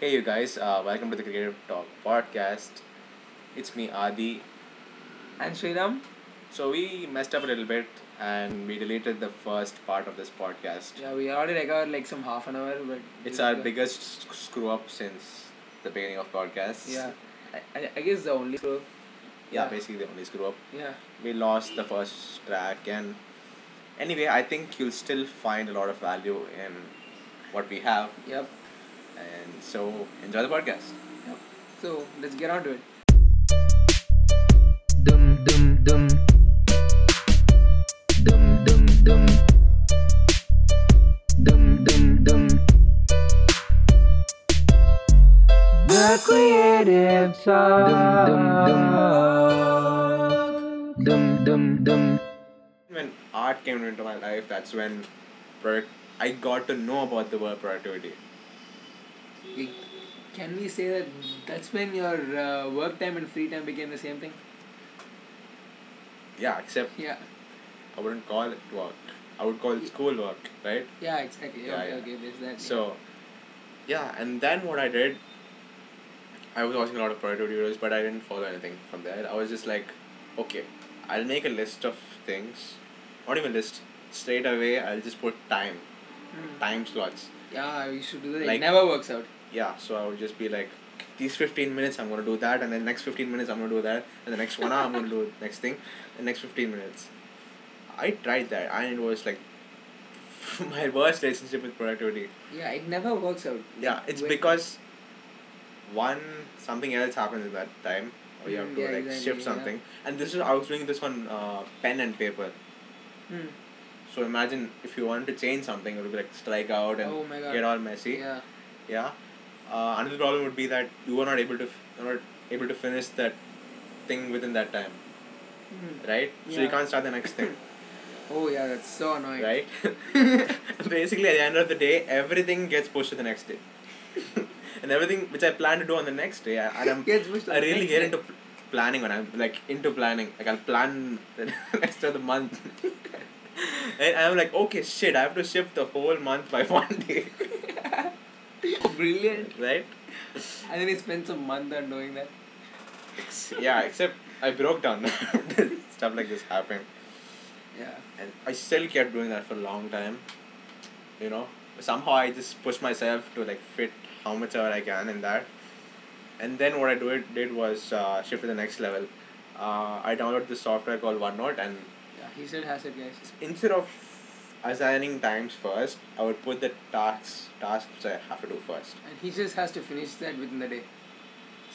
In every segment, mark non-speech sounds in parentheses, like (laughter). Hey, you guys, uh, welcome to the Creative Talk podcast. It's me, Adi. And Sriram, So, we messed up a little bit and we deleted the first part of this podcast. yeah, we already recorded like some half an hour, but It's our biggest sc- screw up since the beginning of podcasts. Yeah, I, I- I guess the only group. Yeah, basically the only screw up. Yeah, We lost the first track, and anyway, I think you'll still find a lot of value in what we have. yep. And so, enjoy the podcast. yep. So let's get on to it. dum dum dum dum dum dum dum dum dum the creative song dum dum dum dum dum When art came into my life, that's when product- I got to know about the word productivity. We, can we say that that's when your uh, work time and free time became the same thing? Yeah, except Yeah, I wouldn't call it work. I would call it school work, right? yeah, exactly. Yeah, okay, yeah. okay, there's that. So, yeah, and then what I did, I was watching a lot of productivity videos, but I didn't follow anything from there. I was just like, okay, I'll make a list of things, not even list, straight away, I'll just put time, Mm. time slots. yeah, we should do that. Like- it never works out. Yeah, so I would just be like, these 15 minutes I'm gonna do that, and then next 15 minutes I'm gonna do that, and the next one hour I'm gonna do next thing, and next 15 minutes. I tried that, and it was like (laughs) my worst relationship with productivity. Yeah, it never works out. Yeah, it's Wait. because one something else happens at that time, or you have Mm, to yeah, like exactly, shift yeah. something. And this is I was doing this on uh, pen and paper. Mm. So imagine if you want to change something, it would be like strike out and Oh my God. get all messy. Yeah. Yeah. Uh, another problem would be that you were not able to f- not able to finish that thing within that time, Mm. right? So you Yeah. can't start the next (coughs) thing, Oh yeah, that's so annoying. right? (laughs) Basically, at the end of the day, everything gets pushed to the next day, (laughs) and everything which I plan to do on the next day, I, (laughs) and I'm Gets pushed to I the really next get day. into pl- planning when I'm like into planning. Like I'll plan the (laughs) rest of the month. (laughs) And I'm like, okay, shit, I have to shift the whole month by (laughs) one day, (laughs) Brilliant. right? And then he spends a month on doing that. (laughs) yeah, except I broke down. (laughs) Stuff like this happened. Yeah. And I still kept doing that for a long time. You know, somehow I just pushed myself to like fit how much ever I can in that. And then what I do it did was uh, shift to the next level. Uh, I downloaded this software called OneNote, and Yeah, he still has it, guys. instead of assigning times first, I would put the tasks tasks which I have to do first. And he just has to finish that within the day.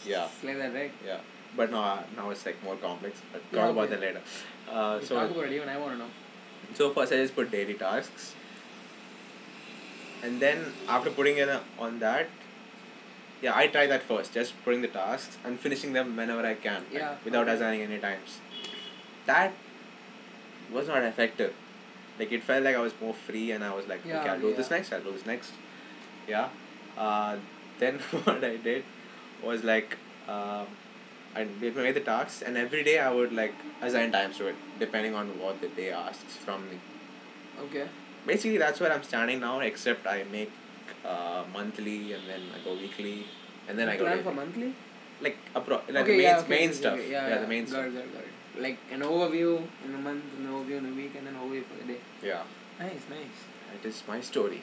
Yeah. It's like that, right? Yeah, but now now it's like more complex. But Yeah, talk about okay. that later. Uh, You so talk about it, even I want to know. So first I just put daily tasks. And then after putting in a, on that, yeah, I try that first, just putting the tasks and finishing them whenever I can, like, Yeah, without okay. assigning any times. That was not effective. Like it felt like I was more free, and I was like, okay, Yeah, I'll do this yeah. next. I'll do this next. Yeah. Uh, then (laughs) what I did was like, um, I did my the tasks, and every day I would like assign times to it depending on what the day asks from me. Okay. Basically, that's where I'm standing now. Except I make uh, monthly, and then I go weekly, and then You I go plan for daily. monthly? like apro- like okay, the main, yeah, okay, main okay, stuff. okay, yeah, yeah, the main got stuff. It, got it, got it. Like an overview in a month, an overview in a week, and an overview for the day. Yeah, Nice, nice. that is my story.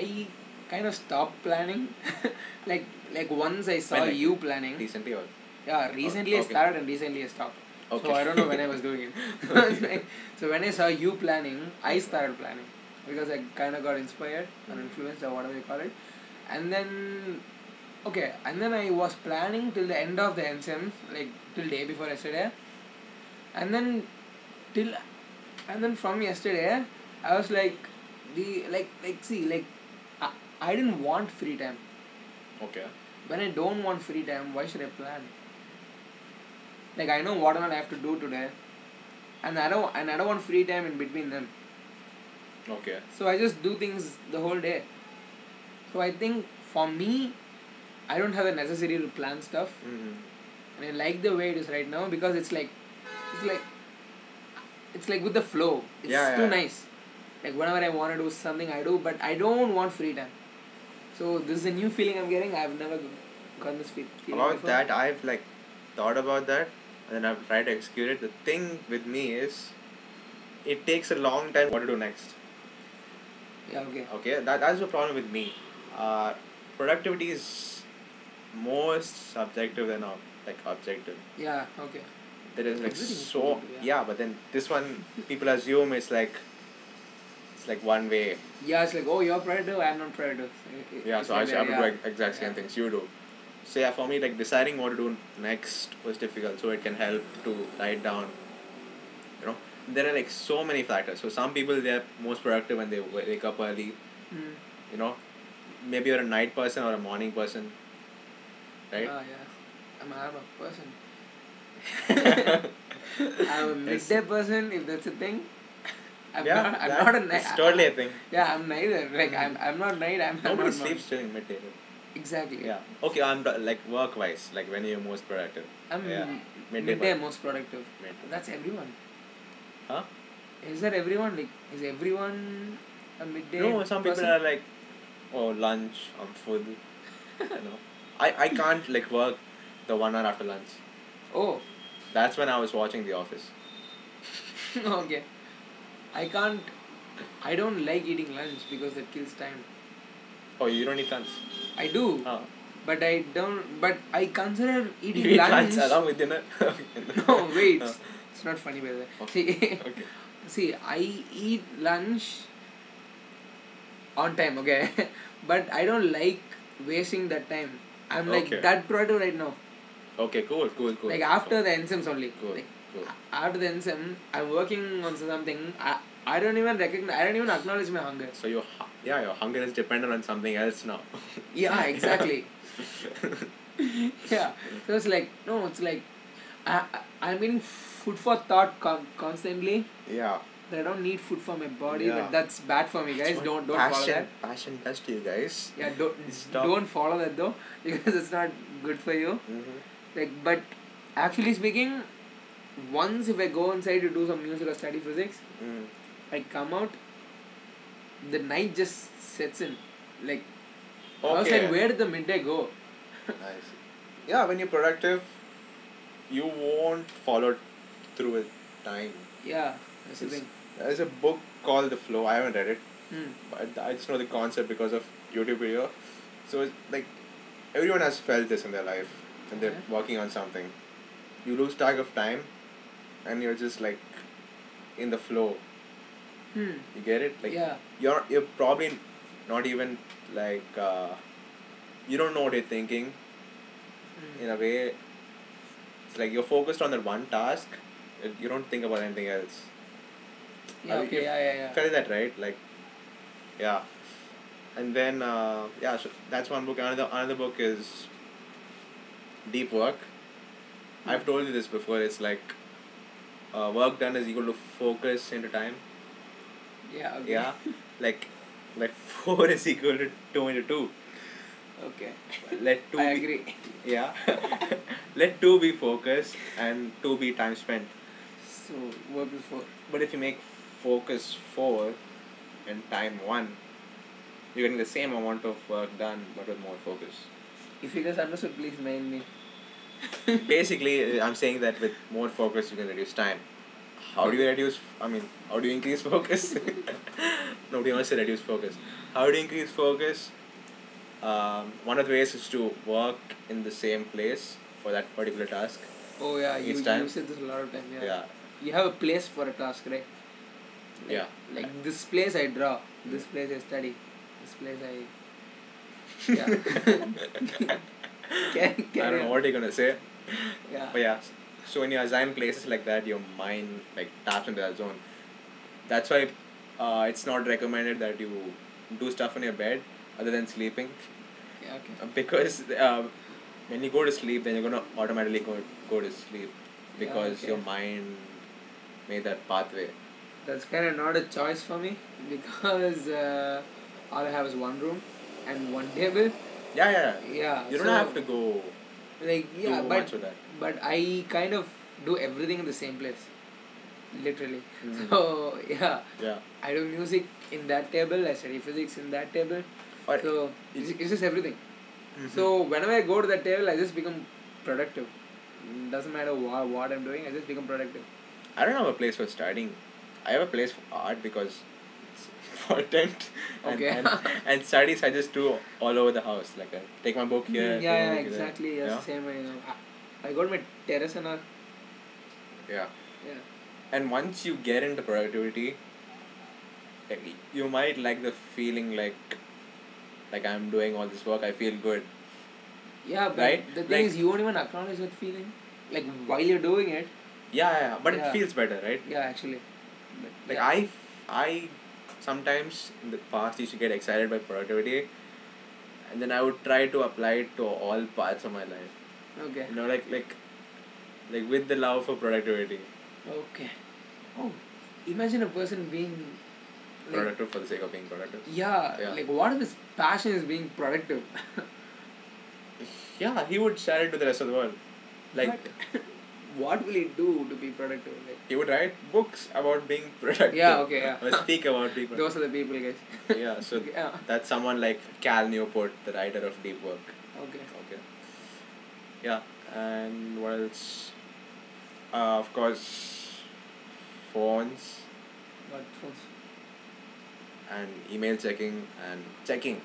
I kind of stopped planning. (laughs) like like once I saw When, like, you planning. Recently, or Yeah, recently I okay. started and recently I stopped. Okay. So I don't know when I was (laughs) doing it. (laughs) so when I saw you planning, I started planning because I kind of got inspired Mm-hmm. or influenced or whatever you call it. And then, okay, and then I was planning till the end of the NSM, like till day before yesterday. And then, till, and then from yesterday, I was like, the like like see like, I, I didn't want free time. okay. When I don't want free time, why should I plan? Like I know what all I have to do today, and I don't and I don't want free time in between them. Okay. So I just do things the whole day. So I think for me, I don't have the necessity to plan stuff, Mm. and I like the way it is right now because it's like, it's like, it's like with the flow. It's Yeah, too yeah. nice. Like whenever I want to do something, I do, but I don't want free time. So this is a new feeling I'm getting. I've never gotten this fe- feeling about before. that i've like thought about that and then i've tried to execute it the thing with me is it takes a long time what to do next Yeah. Okay. okay that, that's the problem with me uh, productivity is more subjective than ob- like objective Yeah. Okay. there is like Everything is so subjective, yeah. yeah but then this one people assume it's like it's like one way Yeah, it's like oh you're predator, I'm not predator. I- I- yeah it's so like i should that, have to do yeah. ex- exact same Yeah. things you do so yeah for me like deciding what to do next was difficult so it can help to write down you know there are like so many factors so some people they're most productive when they wake up early Mm. you know maybe you're a night person or a morning person right (laughs) (laughs) Ah, yeah. I'm, I'm a person. I'm a midday person if that's a thing. (laughs) I'm yeah, not. I'm that- not a night. it's totally a thing Yeah, I'm neither. Like I'm. I'm not night. I'm. I'm nobody not morning. sleeps during midday Exactly. yeah okay i'm do- like work wise like when you're most productive I'm Yeah. midday, Midday person. most productive. Midday. That's everyone. huh Is that everyone? Like is everyone a midday? No, some people person? are like, oh, lunch, I'm full. you (laughs) know, I, I can't like work the one hour after lunch. Oh, That's when I was watching The Office. (laughs) okay. I can't. I don't like eating lunch because that kills time. Oh, you don't eat lunch. I do, Huh. but I don't. But I consider eating you eat lunch. lunch along with dinner. (laughs) no, (laughs) wait. Huh. It's, it's not funny by the way. Okay. See, (laughs) Okay. see, I eat lunch on time, okay, (laughs) but I don't like wasting that time. I'm like Okay. that productive right now. Okay. Cool. Cool. Cool. Like after the enzymes only. Cool. Like, Cool. a- after the enzyme, I'm working on something. I, I don't even recognize. I don't even acknowledge my hunger. So your hu- yeah your hunger is dependent on something else now. (laughs) Yeah, exactly. yeah. So it's like no, it's like I, I I'm getting food for thought con- constantly. yeah. That I don't need food for my body, Yeah. but that's bad for me, guys. That's what Don't don't passion, follow that. Passion does to you guys. Yeah, don't Stop. don't follow that though, (laughs) because it's not good for you. Mm-hmm. Like, but actually speaking, once if I go inside to do some music or study physics, Mm. I come out, the night just sets in. Like Mm-hmm. Okay. I was like, where did the midday go? Nice. Yeah, when you're productive, you won't follow through with time. Yeah, that's the It's- thing. There's a book called The Flow. I haven't read it, Hmm. but I just know the concept because of YouTube video. So it's like everyone has felt this in their life, and they're Okay. working on something. You lose track of time, and you're just like in the flow. Hmm. You get it? Like yeah. you're you're probably not even like uh, you don't know what you're thinking. Hmm. in a way it's like you're focused on that one task and you don't think about anything else Yeah, I mean, okay, you yeah, yeah, yeah. felt that right like yeah and then uh, yeah so that's one book another another book is deep work i've Hmm. told you this before it's like uh, work done is equal to focus into time Yeah, okay. yeah like like four is equal to two into two Okay. let two I be- agree. yeah (laughs) let two be focused and two be time spent So work before. But if you make focus four and time one, you're getting the same amount of work done but with more focus. If you guys understood, please mail me. Basically, uh, I'm saying that with more focus, you can reduce time. How do you reduce? I mean, how do you increase (laughs) focus? Nobody wants to reduce focus. How do you increase focus? Um, one of the ways is to work in the same place for that particular task. Oh yeah, you, Each time? you said this a lot of time. Yeah. Yeah, You have a place for a task, right? Like, yeah. Like this place I draw, this place I study, this place I. (laughs) Yeah. (laughs) can, can I don't know what Oh, you're gonna say. Yeah. But yeah, s- so when you assign places like that, your mind like taps into that zone. That's why uh, it's not recommended that you do stuff on your bed other than sleeping yeah. Okay. Uh, because uh, when you go to sleep, then you're gonna automatically go go to sleep because okay. your mind made that pathway. That's kind of not a choice for me because uh, all I have is one room and one table. Yeah, yeah. yeah. Yeah. You don't so, have to go Like yeah, too but much with (laughs) that. but I kind of do everything in the same place, literally. Mm-hmm. So (laughs) yeah, Yeah. I do music in that table. I study physics in that table. But so it's, it's just everything. Mhm. So whenever I go to that table, I just become productive. Mm, Doesn't matter what, what I'm doing, I just become productive. I don't have a place for studying. I have a place for art because it's (laughs) for attempt and, Okay. and, and studies I just do all over the house. Like I take my book here. Mm, take yeah, my book yeah, there. exactly. Yes, Yeah? same way. You know. I, I go to my terrace and all. yeah. Yeah. And once you get into productivity, eh, you might like the feeling like like I'm doing all this work. I feel good. Yeah, but Right? the thing Like- is, you won't even acknowledge that feeling. Like while you're doing it, Yeah, yeah, yeah. but Yeah. it feels better, right? yeah, actually. But, Like yeah. I, I sometimes in the past used to get excited by productivity, and then I would try to apply it to all parts of my life. Okay. You know, like like, like with the love for productivity, Okay. Oh, imagine a person being. Like, productive for the sake of being productive. yeah, Yeah. like what if his passion is being productive? (laughs) Yeah, he would share it to the rest of the world. Like But (laughs) what will he do to be productive? Like, he would write books about being (laughs) productive. Yeah, okay, yeah. Or speak about being productive. those are the people, guys. yeah, (laughs) so Yeah. that's someone like Cal Newport, the writer of Deep Work. Okay. Okay. Yeah, and what else? Uh, of course, phones Got phones. and email checking and checking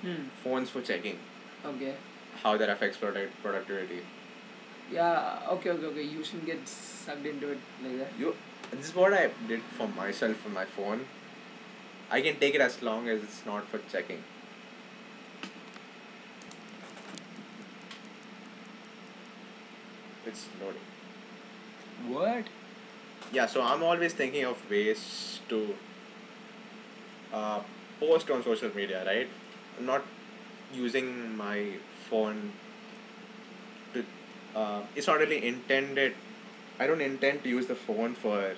Hmm. phones for checking. Okay. How that affects product productivity. Yeah. Okay. Okay. Okay. You shouldn't get sucked into it like that. You. This is what I did for myself for my phone. I can take it as long as it's not for checking. It's loading. What? yeah so i'm always thinking of ways to uh, post on social media right i'm not using my phone to uh, it's not really intended i don't intend to use the phone for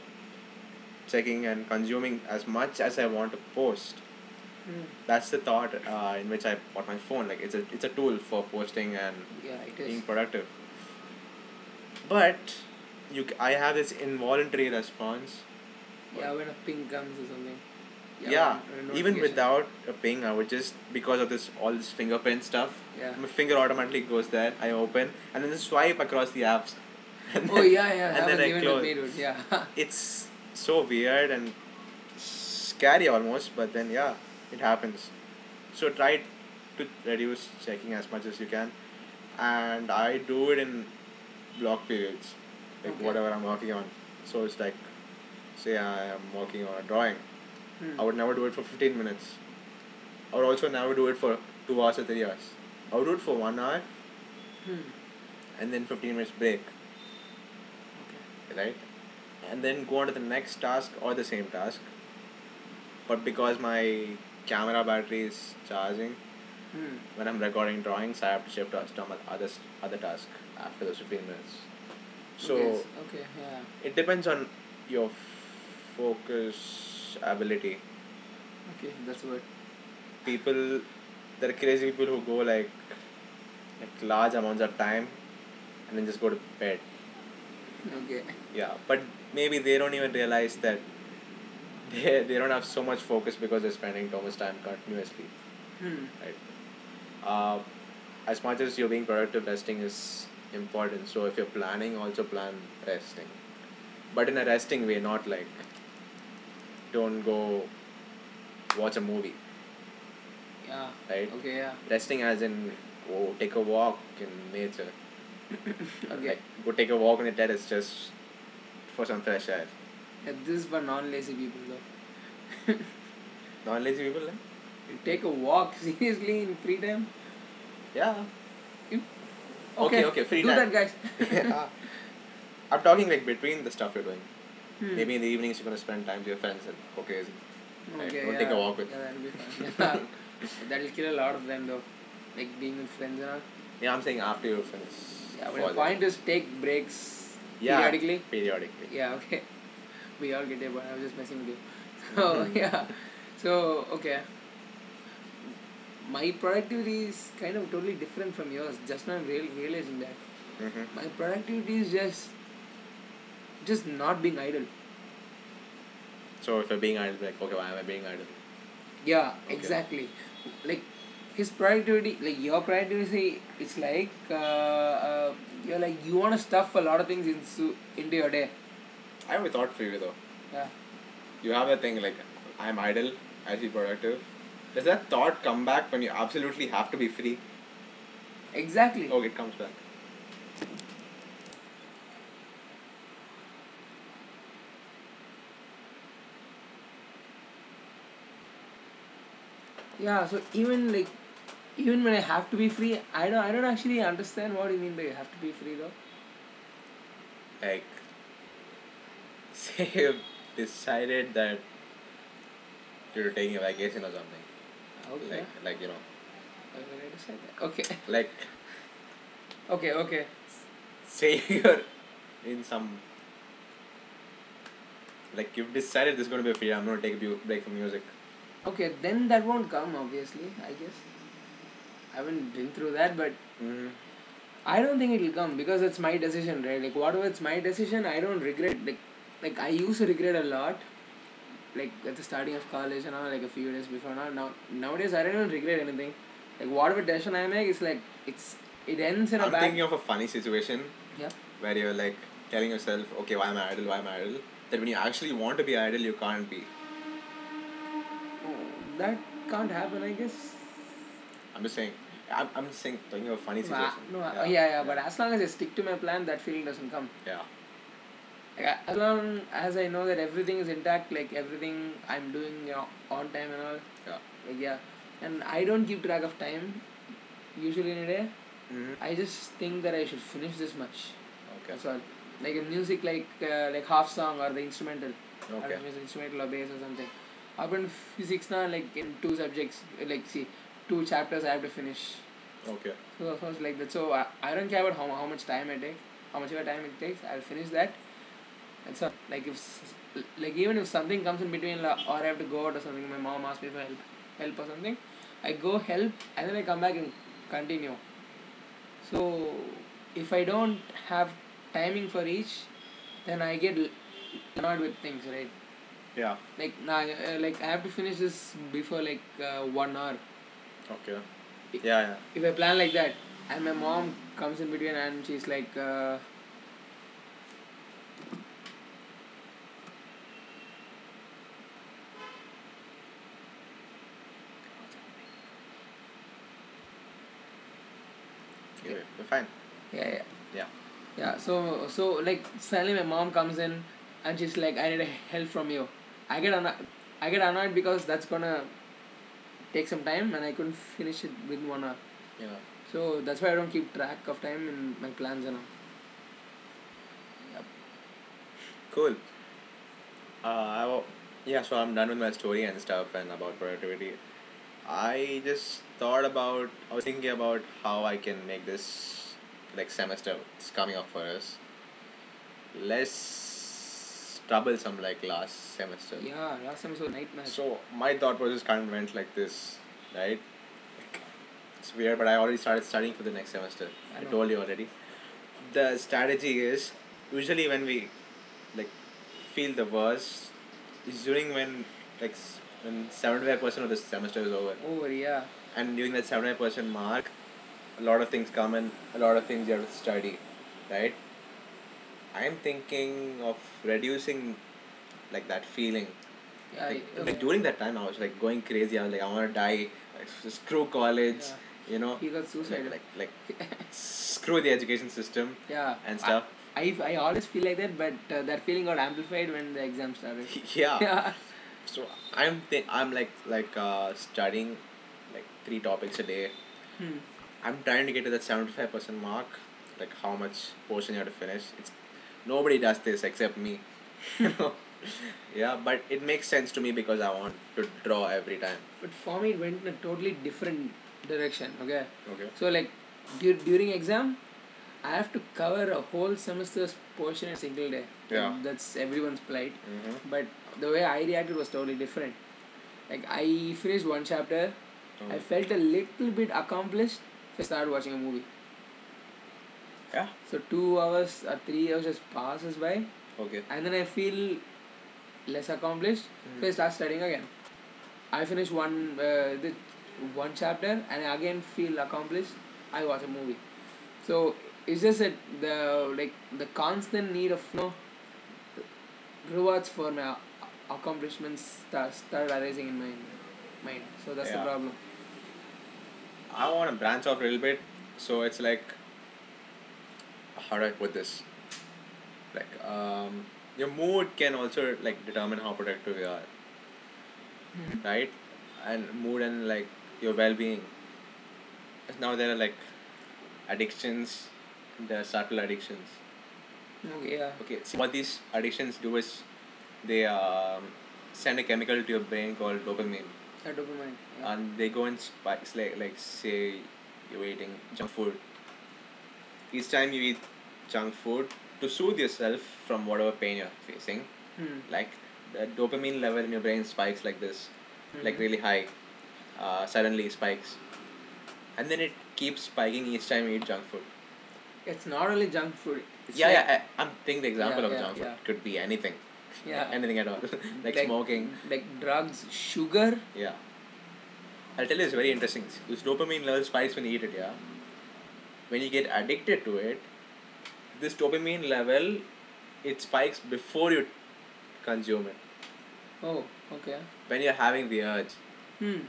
checking and consuming as much as i want to post Hmm. that's the thought uh, in which i bought my phone like it's a it's a tool for posting and Yeah. It is. being productive. But you, c- I have this involuntary response. Yeah. When a ping comes or something. Yeah, when- when even notification- without a ping, I would just because of this all this fingerprint stuff. (laughs) Yeah. My finger automatically goes there. I open and then swipe across the apps. (laughs) And Oh then- yeah, yeah. And then happens I even close. with me, dude. Yeah. (laughs) It's so weird and scary almost, but then yeah, it happens. So try to reduce checking as much as you can, and I do it in block periods, like Okay. whatever I'm working on. So it's like, say I am working on a drawing, Hmm. I would never do it for fifteen minutes. I would also never do it for two hours or three hours. I would do it for one hour Hmm. and then fifteen minutes break, Okay. right? And then go on to the next task or the same task. But because my camera battery is charging, Hmm. when I'm recording drawings, I have to shift to some other s- other task after those fifteen minutes. So okay. s- okay. Yeah. it depends on your f- focus ability. Okay. That's what. People, there are crazy people who go like like large amounts of time, and then just go to bed. Okay. Yeah, but maybe they don't even realize that they they don't have so much focus because they're spending so much time continuously. Hmm. right? Uh, as much as you're being productive, resting is important. So if you're planning, also plan resting, but in a resting way, not like don't go watch a movie, Yeah. right? Okay. Yeah. Resting as in go take a walk in nature, Okay. like go take a walk on the terrace just for some fresh air. Yeah, this is for non-lazy people though. Non lazy people, eh? like? You take a walk (laughs) seriously in free time. (laughs) yeah. Okay. Okay, okay, free Do time. that, guys. (laughs) I'm talking like between the stuff you're doing. Hmm. Maybe in the evenings you're gonna spend time with your friends and okay, Right, Okay, don't yeah. take a walk with- Yeah, that'll be fun. Yeah. (laughs) that'll kill a lot of them though. Like being with friends and all. Yeah, I'm saying after you finish. Yeah, but for the that. point is take breaks Yeah. periodically. Periodically. Yeah, (laughs) okay. We all get it, but I was just messing with you. (laughs) So yeah. So okay. My productivity is kind of totally different from yours. Just now I'm real, realizing that. Mm-hmm. My productivity is just just not being idle. So if you're being idle, like, okay, why am I being idle? Yeah, Okay. exactly. Like his productivity like your productivity it's like uh, uh, you're like you want to stuff a lot of things into into your day I have a thought for you though. yeah You have that thing like, I'm idle, I feel productive. Does that thought come back when you absolutely have to be free? exactly Oh, it comes back. yeah so even like even when i have to be free i don't i don't actually understand what you mean by you have to be free though (laughs) Like, say you decided that you're taking a vacation or something. okay Like, like you know, Why would I decide that? okay (laughs) like okay okay say you're in some. Like you've decided this is gonna be a free. I'm gonna take a bu- break from music. okay then that won't come obviously i guess i haven't been through that but Mm-hmm. I don't think it'll come because it's my decision, right? Like whatever it's my decision, I don't regret. Like, like I used to regret a lot, like at the starting of college and all, like a few days before now. Now nowadays I don't even regret anything. Like whatever decision I make, it's like it's it ends in a I'm bad. thinking of a funny situation yeah. where you're like telling yourself, okay, why am I idle? Why am I idle? That when you actually want to be idle, you can't be. Oh, that can't happen, I guess. I'm just saying. I'm, I'm just saying, talking of a funny No, I- situation. no, I- yeah. yeah, But as long as I stick to my plan, that feeling doesn't come. Yeah. Like, I- as long as I know that everything is intact, like everything I'm doing, you know, on time and all. Yeah. Like, yeah, and I don't keep track of time usually in a day. Mm-hmm. I just think that I should finish this much. Okay. That's all. Like a music, like uh, like half song or the instrumental. I Okay. don't know, it's instrumental or bass or something. Up in physics now, like in two subjects, like see, two chapters I have to finish. Okay. So so it's like that. So I, I don't care about how how much time I take, how much of a time it takes. I'll finish that. And so like if s- like even if something comes in between la- or I have to go out or something, my mom asks me for help, help or something, I go help and then I come back and continue. So if I don't have timing for each, then I get l- annoyed with things, right? Yeah. Like now, uh, like I have to finish this before like uh, one hour Okay. Yeah, yeah. if I plan like that, and my mom comes in between and she's like, uh, Okay. You're fine. yeah, yeah, Yeah. yeah. So, so like suddenly my mom comes in, and she's like, I need help from you. I get anno- I get annoyed because that's gonna take some time, and I couldn't finish it within one hour. Yeah. So that's why I don't keep track of time in my plans and all. Yep. Cool. Uh, I wa- yeah, so I'm done with my story and stuff and about productivity. I just thought about, I was thinking about how I can make this like semester it's coming up for us less troublesome like last semester. Yeah, last time was a nightmare. So my thought process kind of went like this, right? It's weird, but I already started studying for the next semester. I I, know. told you already. The strategy is usually when we like feel the worst is during when like s- when seventy five percent of the semester is over, Over, yeah. and during that seventy five percent mark, a lot of things come and a lot of things you have to study, right? I'm thinking of reducing like that feeling Yeah, like, okay. like during that time, I was like going crazy. I was like, I want to die. Like, s- screw college, you know. he got Like, suicided. like, like screw the education system yeah. and I- stuff. I, I always feel like that, but uh, that feeling got amplified when the exam started. (laughs) yeah. (laughs) yeah. So I'm th- I'm like like uh, studying like three topics a day. Hmm. I'm trying to get to that seventy five percent mark. Like how much portion you have to finish. It's nobody does this except me. (laughs) you know. Yeah, but it makes sense to me because I want to draw every time. But for me, it went in a totally different direction. Okay. Okay. So like, du- during exam, I have to cover a whole semester's portion in a single day. Yeah. And that's everyone's plight. Mm-hmm. But the way I reacted was totally different. Like I finished one chapter, Oh. Um, I felt a little bit accomplished. So I started watching a movie. Yeah. So two hours or three hours just passes by. Okay. and then I feel Hmm. less accomplished, so I start studying again. I finish one uh, the one chapter and I again feel accomplished, I watch a movie. So it's just that the like the constant need of you know, rewards for my accomplishments start start arising in my mind. So that's Yeah. the problem. I want to branch off a little bit. So it's like, how do I put this? Like, um, your mood can also like determine how productive you are, right? And mood and like your well-being. Now there are like addictions. There are subtle addictions. Okay, yeah. Okay, so what these addictions do is they um, send a chemical to your brain called dopamine I don't mind. Yeah. and they go in spikes like like say you're eating junk food each time you eat junk food to soothe yourself from whatever pain you're facing Hmm. like the dopamine level in your brain spikes like this Hmm. Mm-hmm. like really high uh, suddenly spikes and then it keeps spiking each time you eat junk food It's not only junk food. It's yeah like, yeah I, i'm thinking the example Yeah, of yeah, junk food yeah. could be anything yeah. anything at all (laughs) like, smoking like drugs, sugar. yeah i'll tell you it's very interesting this dopamine level spikes when you eat it yeah when you get addicted to it this dopamine level it spikes before you consume it Oh, okay. when you're having the urge Hmm.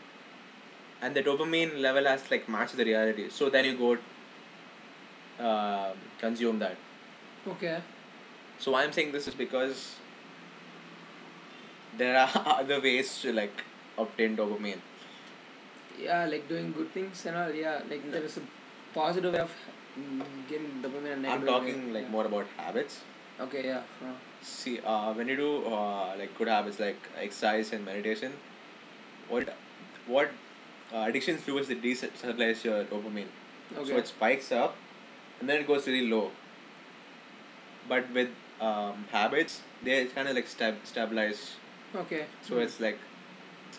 and the dopamine level has like matched the reality so then you go um consume that Okay. so why i'm saying this is because there are (laughs) other ways to like obtain dopamine Yeah, like doing good things and all. Yeah, like there is a positive way of mm, getting dopamine i'm and negative. talking way. like yeah. more about habits Okay, yeah. Uh, See, uh, when you do uh, like good habits like exercise and meditation, what what uh, addictions do is they desensitize your dopamine. okay. So it spikes up, and then it goes really low. But with um, habits, they kind of like stab- stabilize. okay. So Hmm. it's like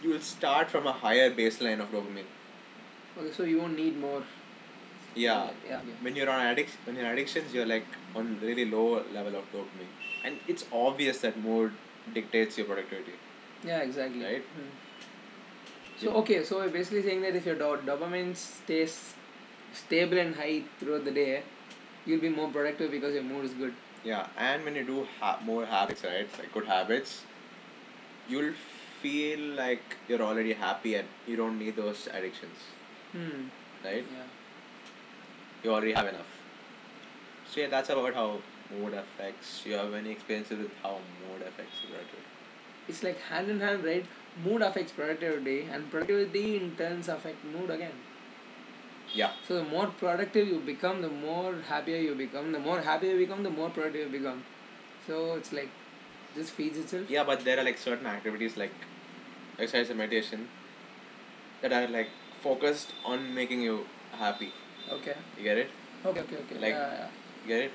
you will start from a higher baseline of dopamine. okay. So you won't need more. Yeah. Yeah. Okay. When you're on addic- when you're addictions, you're like on really low level of dopamine, and it's obvious that mood dictates your productivity. Yeah. Exactly. Right? Hmm. So okay, so we're basically saying that if your do- dopamine stays stable and high throughout the day, you'll be more productive because your mood is good. Yeah, and when you do ha- more habits, right, like good habits, you'll feel like you're already happy and you don't need those addictions, Hmm. right? Yeah. You already have enough. So yeah, that's about how mood affects. You have any experiences with how mood affects your attitude? it's like hand in hand, right? Mood affects productivity, and productivity in turns affect mood again. Yeah, So the more productive you become, the more happier you become. The more happier you become, the more productive you become. So it's like just feeds itself. yeah, but there are like certain activities like exercise and meditation that are like focused on making you happy. Okay. You get it? Okay. Okay. Okay. Like- yeah, You get it?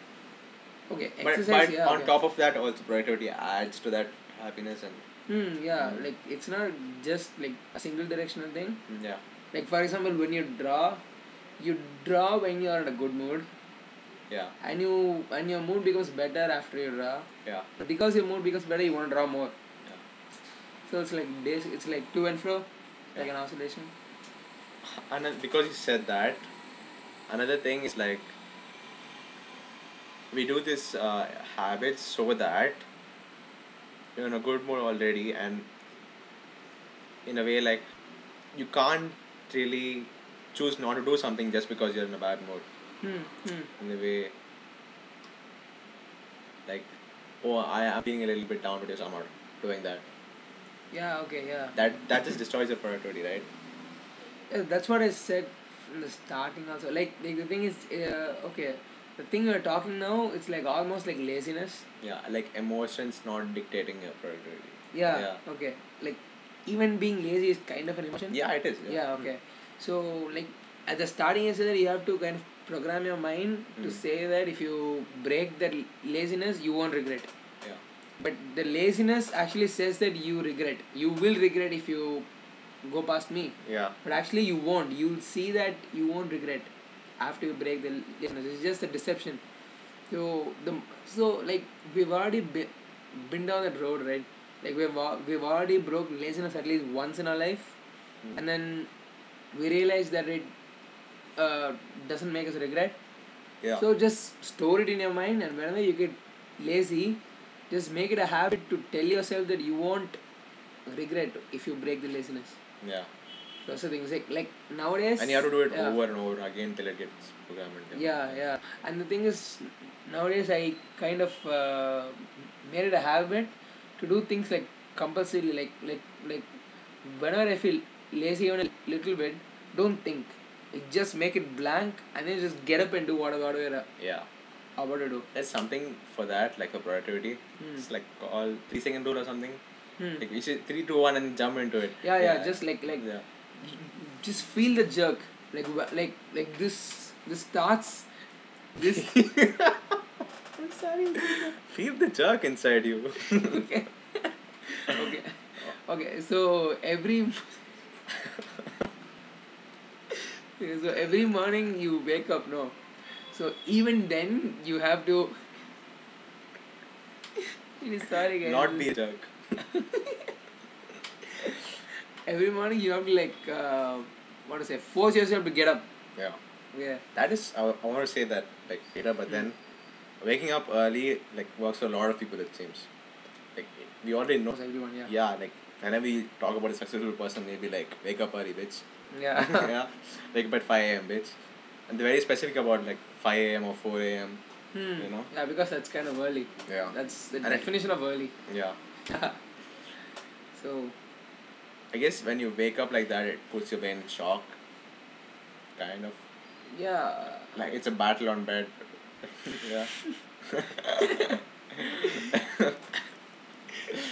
yeah. Okay. But, Exercise. but yeah. on okay. top of that, also productivity adds to that happiness and Hmm. Yeah. Mm. Like it's not just like a single directional thing. yeah. Like for example, when you draw, you draw when you are in a good mood, Yeah, and you and your mood becomes better after you draw. yeah, But because your mood becomes better, you want to draw more. yeah. So it's like days, it's like to and fro, like an oscillation. And then because you said that, another thing is like we do this uh, habits so that you're in a good mood already, and in a way, like you can't really choose not to do something just because you're in a bad mood. Hmm. Hmm. In a way, like oh, I am feeling a little bit down today, so I'm not doing that. Yeah. Okay. Yeah. That that just destroys your productivity, right? Yeah, That's what I said from the starting also. Like, like the thing is, uh, okay, the thing we're talking now, it's like almost like laziness. Yeah, like emotions not dictating your productivity. Yeah. Yeah. Okay. Like, even being lazy is kind of an emotion. Yeah, Hmm. it is. Yeah. okay. So like at the starting, I said that you have to kind of program your mind to Mm. say that if you break that l- laziness, you won't regret. Yeah. But the laziness actually says that you regret. You will regret if you go past me. Yeah. But actually, you won't. You'll see that you won't regret after you break the laziness. It's just a deception. So the so like we've already be, been down that road, right? Like we've al- we've already broke laziness at least once in our life, and then we realized that it uh, doesn't make us regret. Yeah. So just store it in your mind, and whenever you get lazy, just make it a habit to tell yourself that you won't regret if you break the laziness. yeah. Those are things like like nowadays. And you have to do it yeah. over and over again till it gets programmed. into you. Yeah, yeah. And the thing is, nowadays I kind of uh, made it a habit to do things like compulsorily, like like like whenever I feel lazy even a little bit, don't think. Like, just make it blank, and then just get up and do whatever whatever Yeah. I about to do. There's something for that, like for productivity. Hmm. It's like all three second rule or something. Hmm. Like you say three, two, one, and jump into it. Yeah, yeah. Just like like yeah. just feel the jerk. Like wh- like like this this starts. (laughs) This I'm sorry. Feel the jerk inside you. (laughs) okay. (laughs) okay. Okay. So every. Yeah, (laughs) so every morning you wake up, no. So even then you have to. (laughs) It is Sorry, guys. Not be a jerk. Every morning you have to like, uh, what to say, force yourself to get up. Yeah. Yeah. That is, I, I want to say that like later, but then waking up early like works for a lot of people. It seems like we already know. Force everyone. Yeah. Yeah, like whenever we talk about a successful person, maybe like wake up early, bitch. (laughs) Yeah. yeah, wake up at five a.m. bitch, and they're very specific about like five a.m. or four a.m. Hmm. You know? Yeah, because that's kind of early. Yeah. That's the And it- definition of early. yeah. So. I guess when you wake up like that, it puts your brain in shock. Kind of Yeah. like it's a battle on bed. (laughs) yeah.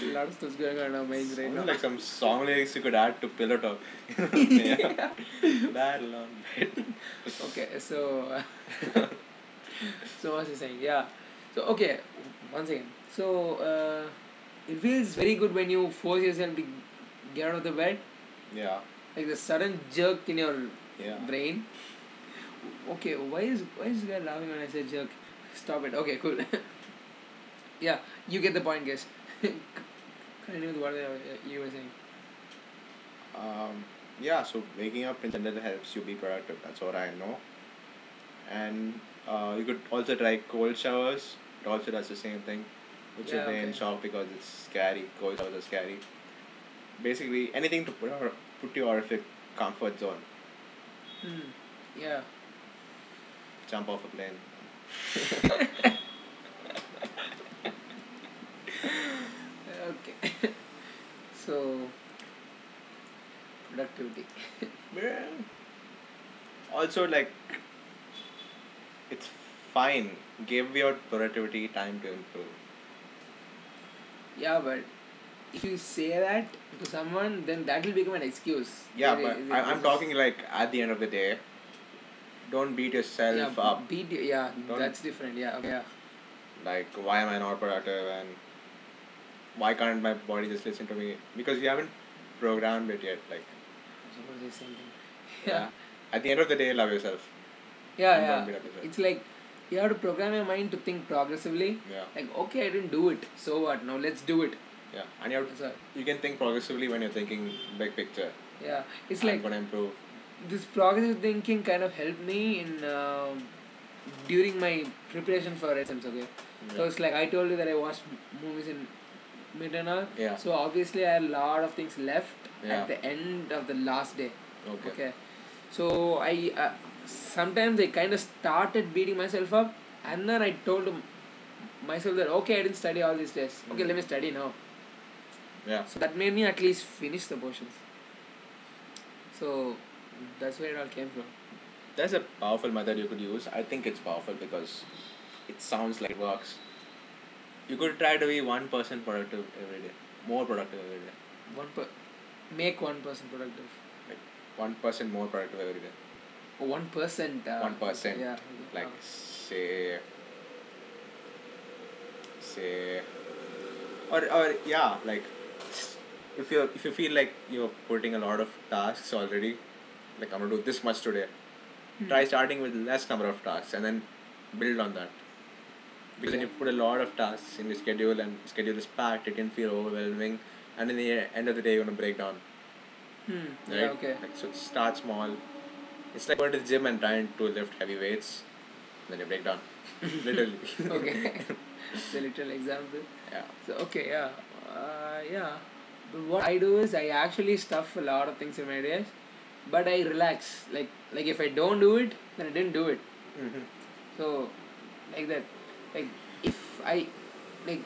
A lot of stuff's going on in our minds right now. Sound (laughs) like some song lyrics you could add to Pillow Talk. (laughs) yeah. Battle on bed. okay, so (laughs) so what was I saying? Yeah. So okay, once again. So uh, it feels very good when you force yourself to get out of the bed, Yeah. like the sudden jerk in your Yeah. brain. Okay, why is why is this guy laughing when I say jerk? Stop it. Okay, cool. (laughs) yeah, you get the point, guys. (laughs) Continue with what uh, you were saying. Um, yeah, so waking up in general helps you be productive. That's what I know. And uh, you could also try cold showers. It also does the same thing. Which Yeah, is in okay. shock because it's scary. Cold showers are scary. Basically, anything to put, out, put you out of your comfort zone. Hmm. Yeah. Jump off a plane. Okay. (laughs) so productivity. Also, like, it's fine. Give your productivity time to improve. Yeah, but if you say that to someone, then that will become an excuse. Yeah, It- but it- I, it- I'm it's- talking like at the end of the day, don't beat yourself yeah, up. Beat, yeah, Don't- that's different. Yeah, okay, yeah. Like, why am I not productive and why can't my body just listen to me? Because you haven't programmed it yet. (laughs) Like, I'm supposed to say same thing. Yeah, at the end of the day, love yourself. yeah, And don't yeah. beat up yourself. It's like you have to program your mind to think progressively. Yeah, Like, okay, I didn't do it. So what? Now let's do it. yeah. And you, have, So, you can think progressively when you're thinking big picture. yeah, it's I'm like gonna improve. this progressive thinking kind of helped me in uh, during my preparation for exams. Okay, so it's like I told you that I watched m- movies in midnight. Yeah. So obviously I had a lot of things left Yeah. at the end of the last day. Okay. So I uh, sometimes I kind of started beating myself up, and then I told m- myself that okay I didn't study all these days. Okay, let me study now. Yeah. So that made me at least finish the portions. So that's where it all came from. There's a powerful method you could use. I think it's powerful because it sounds like it works. You could try to be one person productive every day. More productive every day. One per- make one person productive. Like one person more productive every day. Oh, one percent. Uh, One percent. Yeah. Like uh, say say or or yeah, like if you if you feel like you're putting a lot of tasks already, like I'm gonna do this much today. Try starting with less number of tasks and then build on that. Because then you put a lot of tasks in your schedule and schedule is packed, it can feel overwhelming and in the end of the day you're gonna break down. Hmm. right? Yeah, okay. (laughs) Like, so start small. It's like going to the gym and trying to lift heavy weights, then you break (laughs) down, literally. okay. (laughs) it's a little example. (laughs) yeah. So okay, yeah, uh, yeah. But what I do is I actually stuff a lot of things in my days, but I relax. Like like if I don't do it, then I didn't do it. Mm-hmm. So like that. Like if I like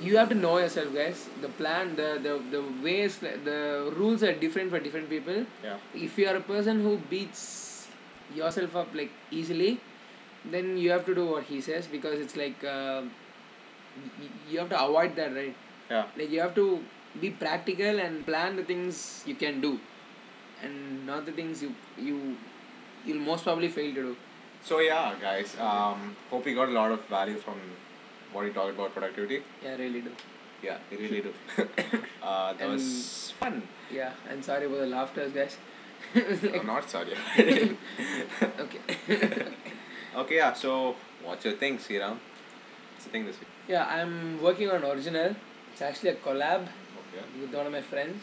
you have to know yourself guys the plan the the, the ways the rules are different for different people Yeah. if you are a person who beats yourself up like easily then you have to do what he says because it's like uh, y- y- you have to avoid that right Yeah. like you have to be practical and plan the things you can do and not the things you you you'll most probably fail to do So yeah, guys. Um, hope you got a lot of value from what we talked about productivity. yeah I really do Yeah, we really do. (coughs) uh, that And- was (laughs) fun. yeah and sorry about the laughter guys (laughs) I'm not sorry. (laughs) okay okay, yeah. So what's your thing, Sriram? What's the thing this week? yeah i'm working on original it's actually a collab Okay. with one of my friends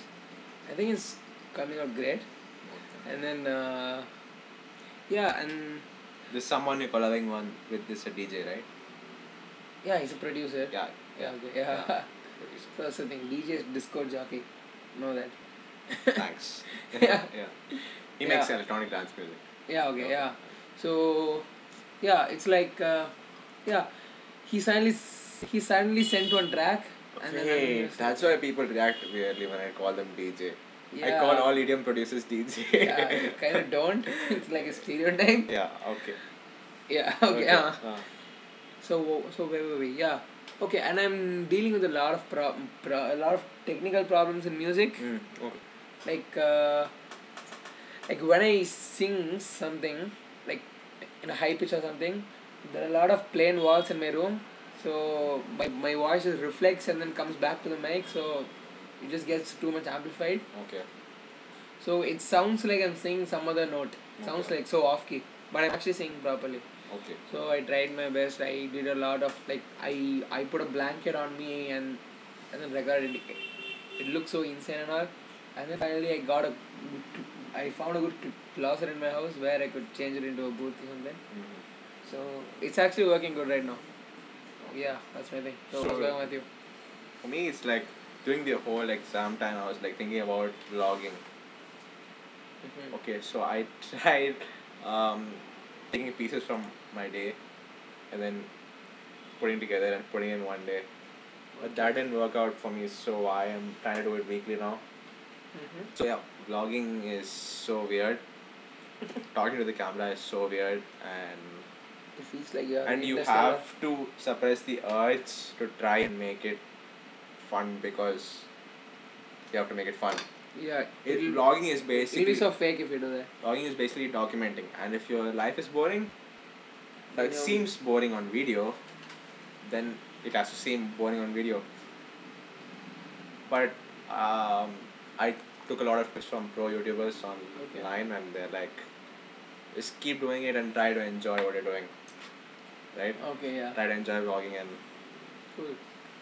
i think it's coming out great and then uh, yeah and There's someone you're collabing one with this a DJ, right? yeah he's a producer Yeah. yeah okay, yeah, (laughs) Yeah. so that's the thing dj is disco jockey know that (laughs) Thanks. Yeah. yeah. He makes Yeah. electronic dance music. yeah okay yeah so yeah it's like uh, yeah he suddenly s- he suddenly sent one track and then I'm Wait, just- that's why people react weirdly when I call them DJ. I Yeah. call all idiom producers DJ. (laughs) (laughs) yeah you kind of don't (laughs) it's like a stereotype Yeah, okay. yeah (laughs) okay, yeah Uh, So so wait wait wait yeah okay and I'm dealing with a lot of pro, pro a lot of technical problems in music mm, okay. like uh, like when I sing something like in a high pitch or something there are a lot of plain walls in my room so my my voice is reflects and then comes back to the mic so it just gets too much amplified Okay. so it sounds like I'm singing some other note sounds Okay. like so off key but I'm actually singing properly. Okay. So I tried my best. I did a lot of like I I put a blanket on me and and then recorded it. It looked so insane and all. And then finally I got a good cl- I found a good cl- closet in my house where I could change it into a booth or something. Mm-hmm. So it's actually working good right now. Yeah, that's my thing. So what's Sure. going on with you? For me, it's like during the whole exam time, I was like thinking about vlogging. Okay, so I (laughs) tried um, taking pieces from my day and then putting together and putting in one day. (laughs) But that didn't work out for me, so I am trying to do it weekly now. Mm-hmm. So yeah, vlogging is so (laughs) weird. Talking to the camera is so weird, and It feels like you're and you have to suppress the urge to try and make it fun because you have to make it fun. yeah. It, it'll- vlogging is It'll basically be so fake if you do that. Vlogging is basically documenting, and if your life is boring, or it Yeah. seems boring on video, then it has to seem boring on video. But um, I took a lot of tips from pro YouTubers Okay. online, and they're like, just keep doing it and try to enjoy what you're doing, right? Okay, yeah. Try to enjoy vlogging, and Cool.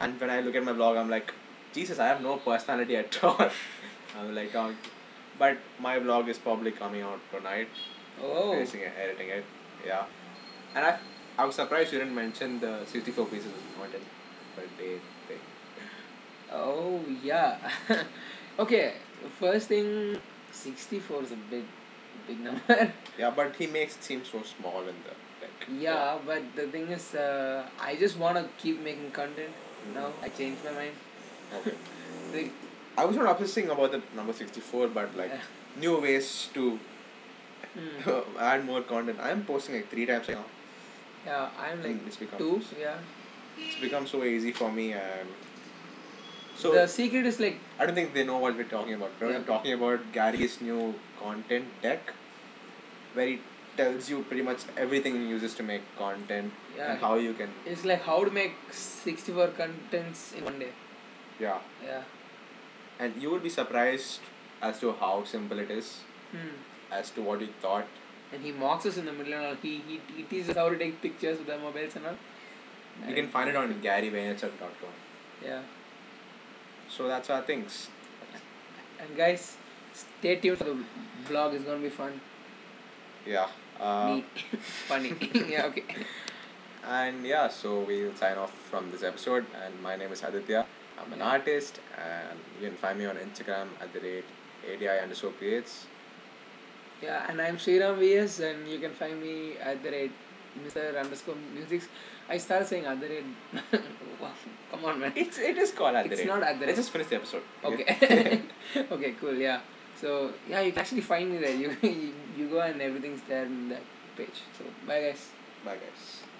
and when I look at my vlog, I'm like, Jesus, I have no personality at (laughs) all. I'm like, oh. but my vlog is probably coming out tonight Oh. finishing it, editing it. Yeah. And I, I was surprised you didn't mention the 64 pieces of content per day thing. Oh yeah. (laughs) okay. First thing, sixty four is a big, big number. (laughs) Yeah, but he makes it seem so small in the like. yeah, but the thing is, uh, I just wanna keep making content. Now Mm. I changed my mind. Okay. Like, I was not obsessing about the number 64, but like Yeah. (laughs) new ways to (laughs) hmm, add more content. I'm posting like three times right now. yeah, I'm like Mm, It's become- two. Yeah. It's become so easy for me. And so the secret is like I don't think they know what we're talking about. We're Yeah. talking about Gary's new content deck, where he tells you pretty much everything he uses to make content Yeah. and how you can. it's like how to make sixty four contents in one day. Yeah, Yeah. and you will be surprised as to how simple it is, Hmm. as to what you thought. And he mocks us in the middle and all. He he he teaches how to take pictures with their mobiles and all. You can find it on GaryVaynerchuk.com. Yeah. So that's our things. And guys, Stay tuned for the vlog. It's gonna be fun. Yeah. Uh, Neat. (laughs) Funny. yeah. Okay. and yeah, so we'll sign off from this episode. And my name is Aditya. I'm an artist, and you can find me on Instagram at the rate ADI underscore creates. Yeah, and I'm Sriram VS, and you can find me at the rate Mr. underscore musics. I started saying at the rate. (laughs) Wow, Come on, man. It's it is called at the It's rate. not at the Let's rate. just finish the episode. (laughs) Okay. (laughs) okay. Cool. Yeah. So yeah, you (laughs) can actually find me there. You you, you go and everything's there in that page. So bye, guys. Bye guys.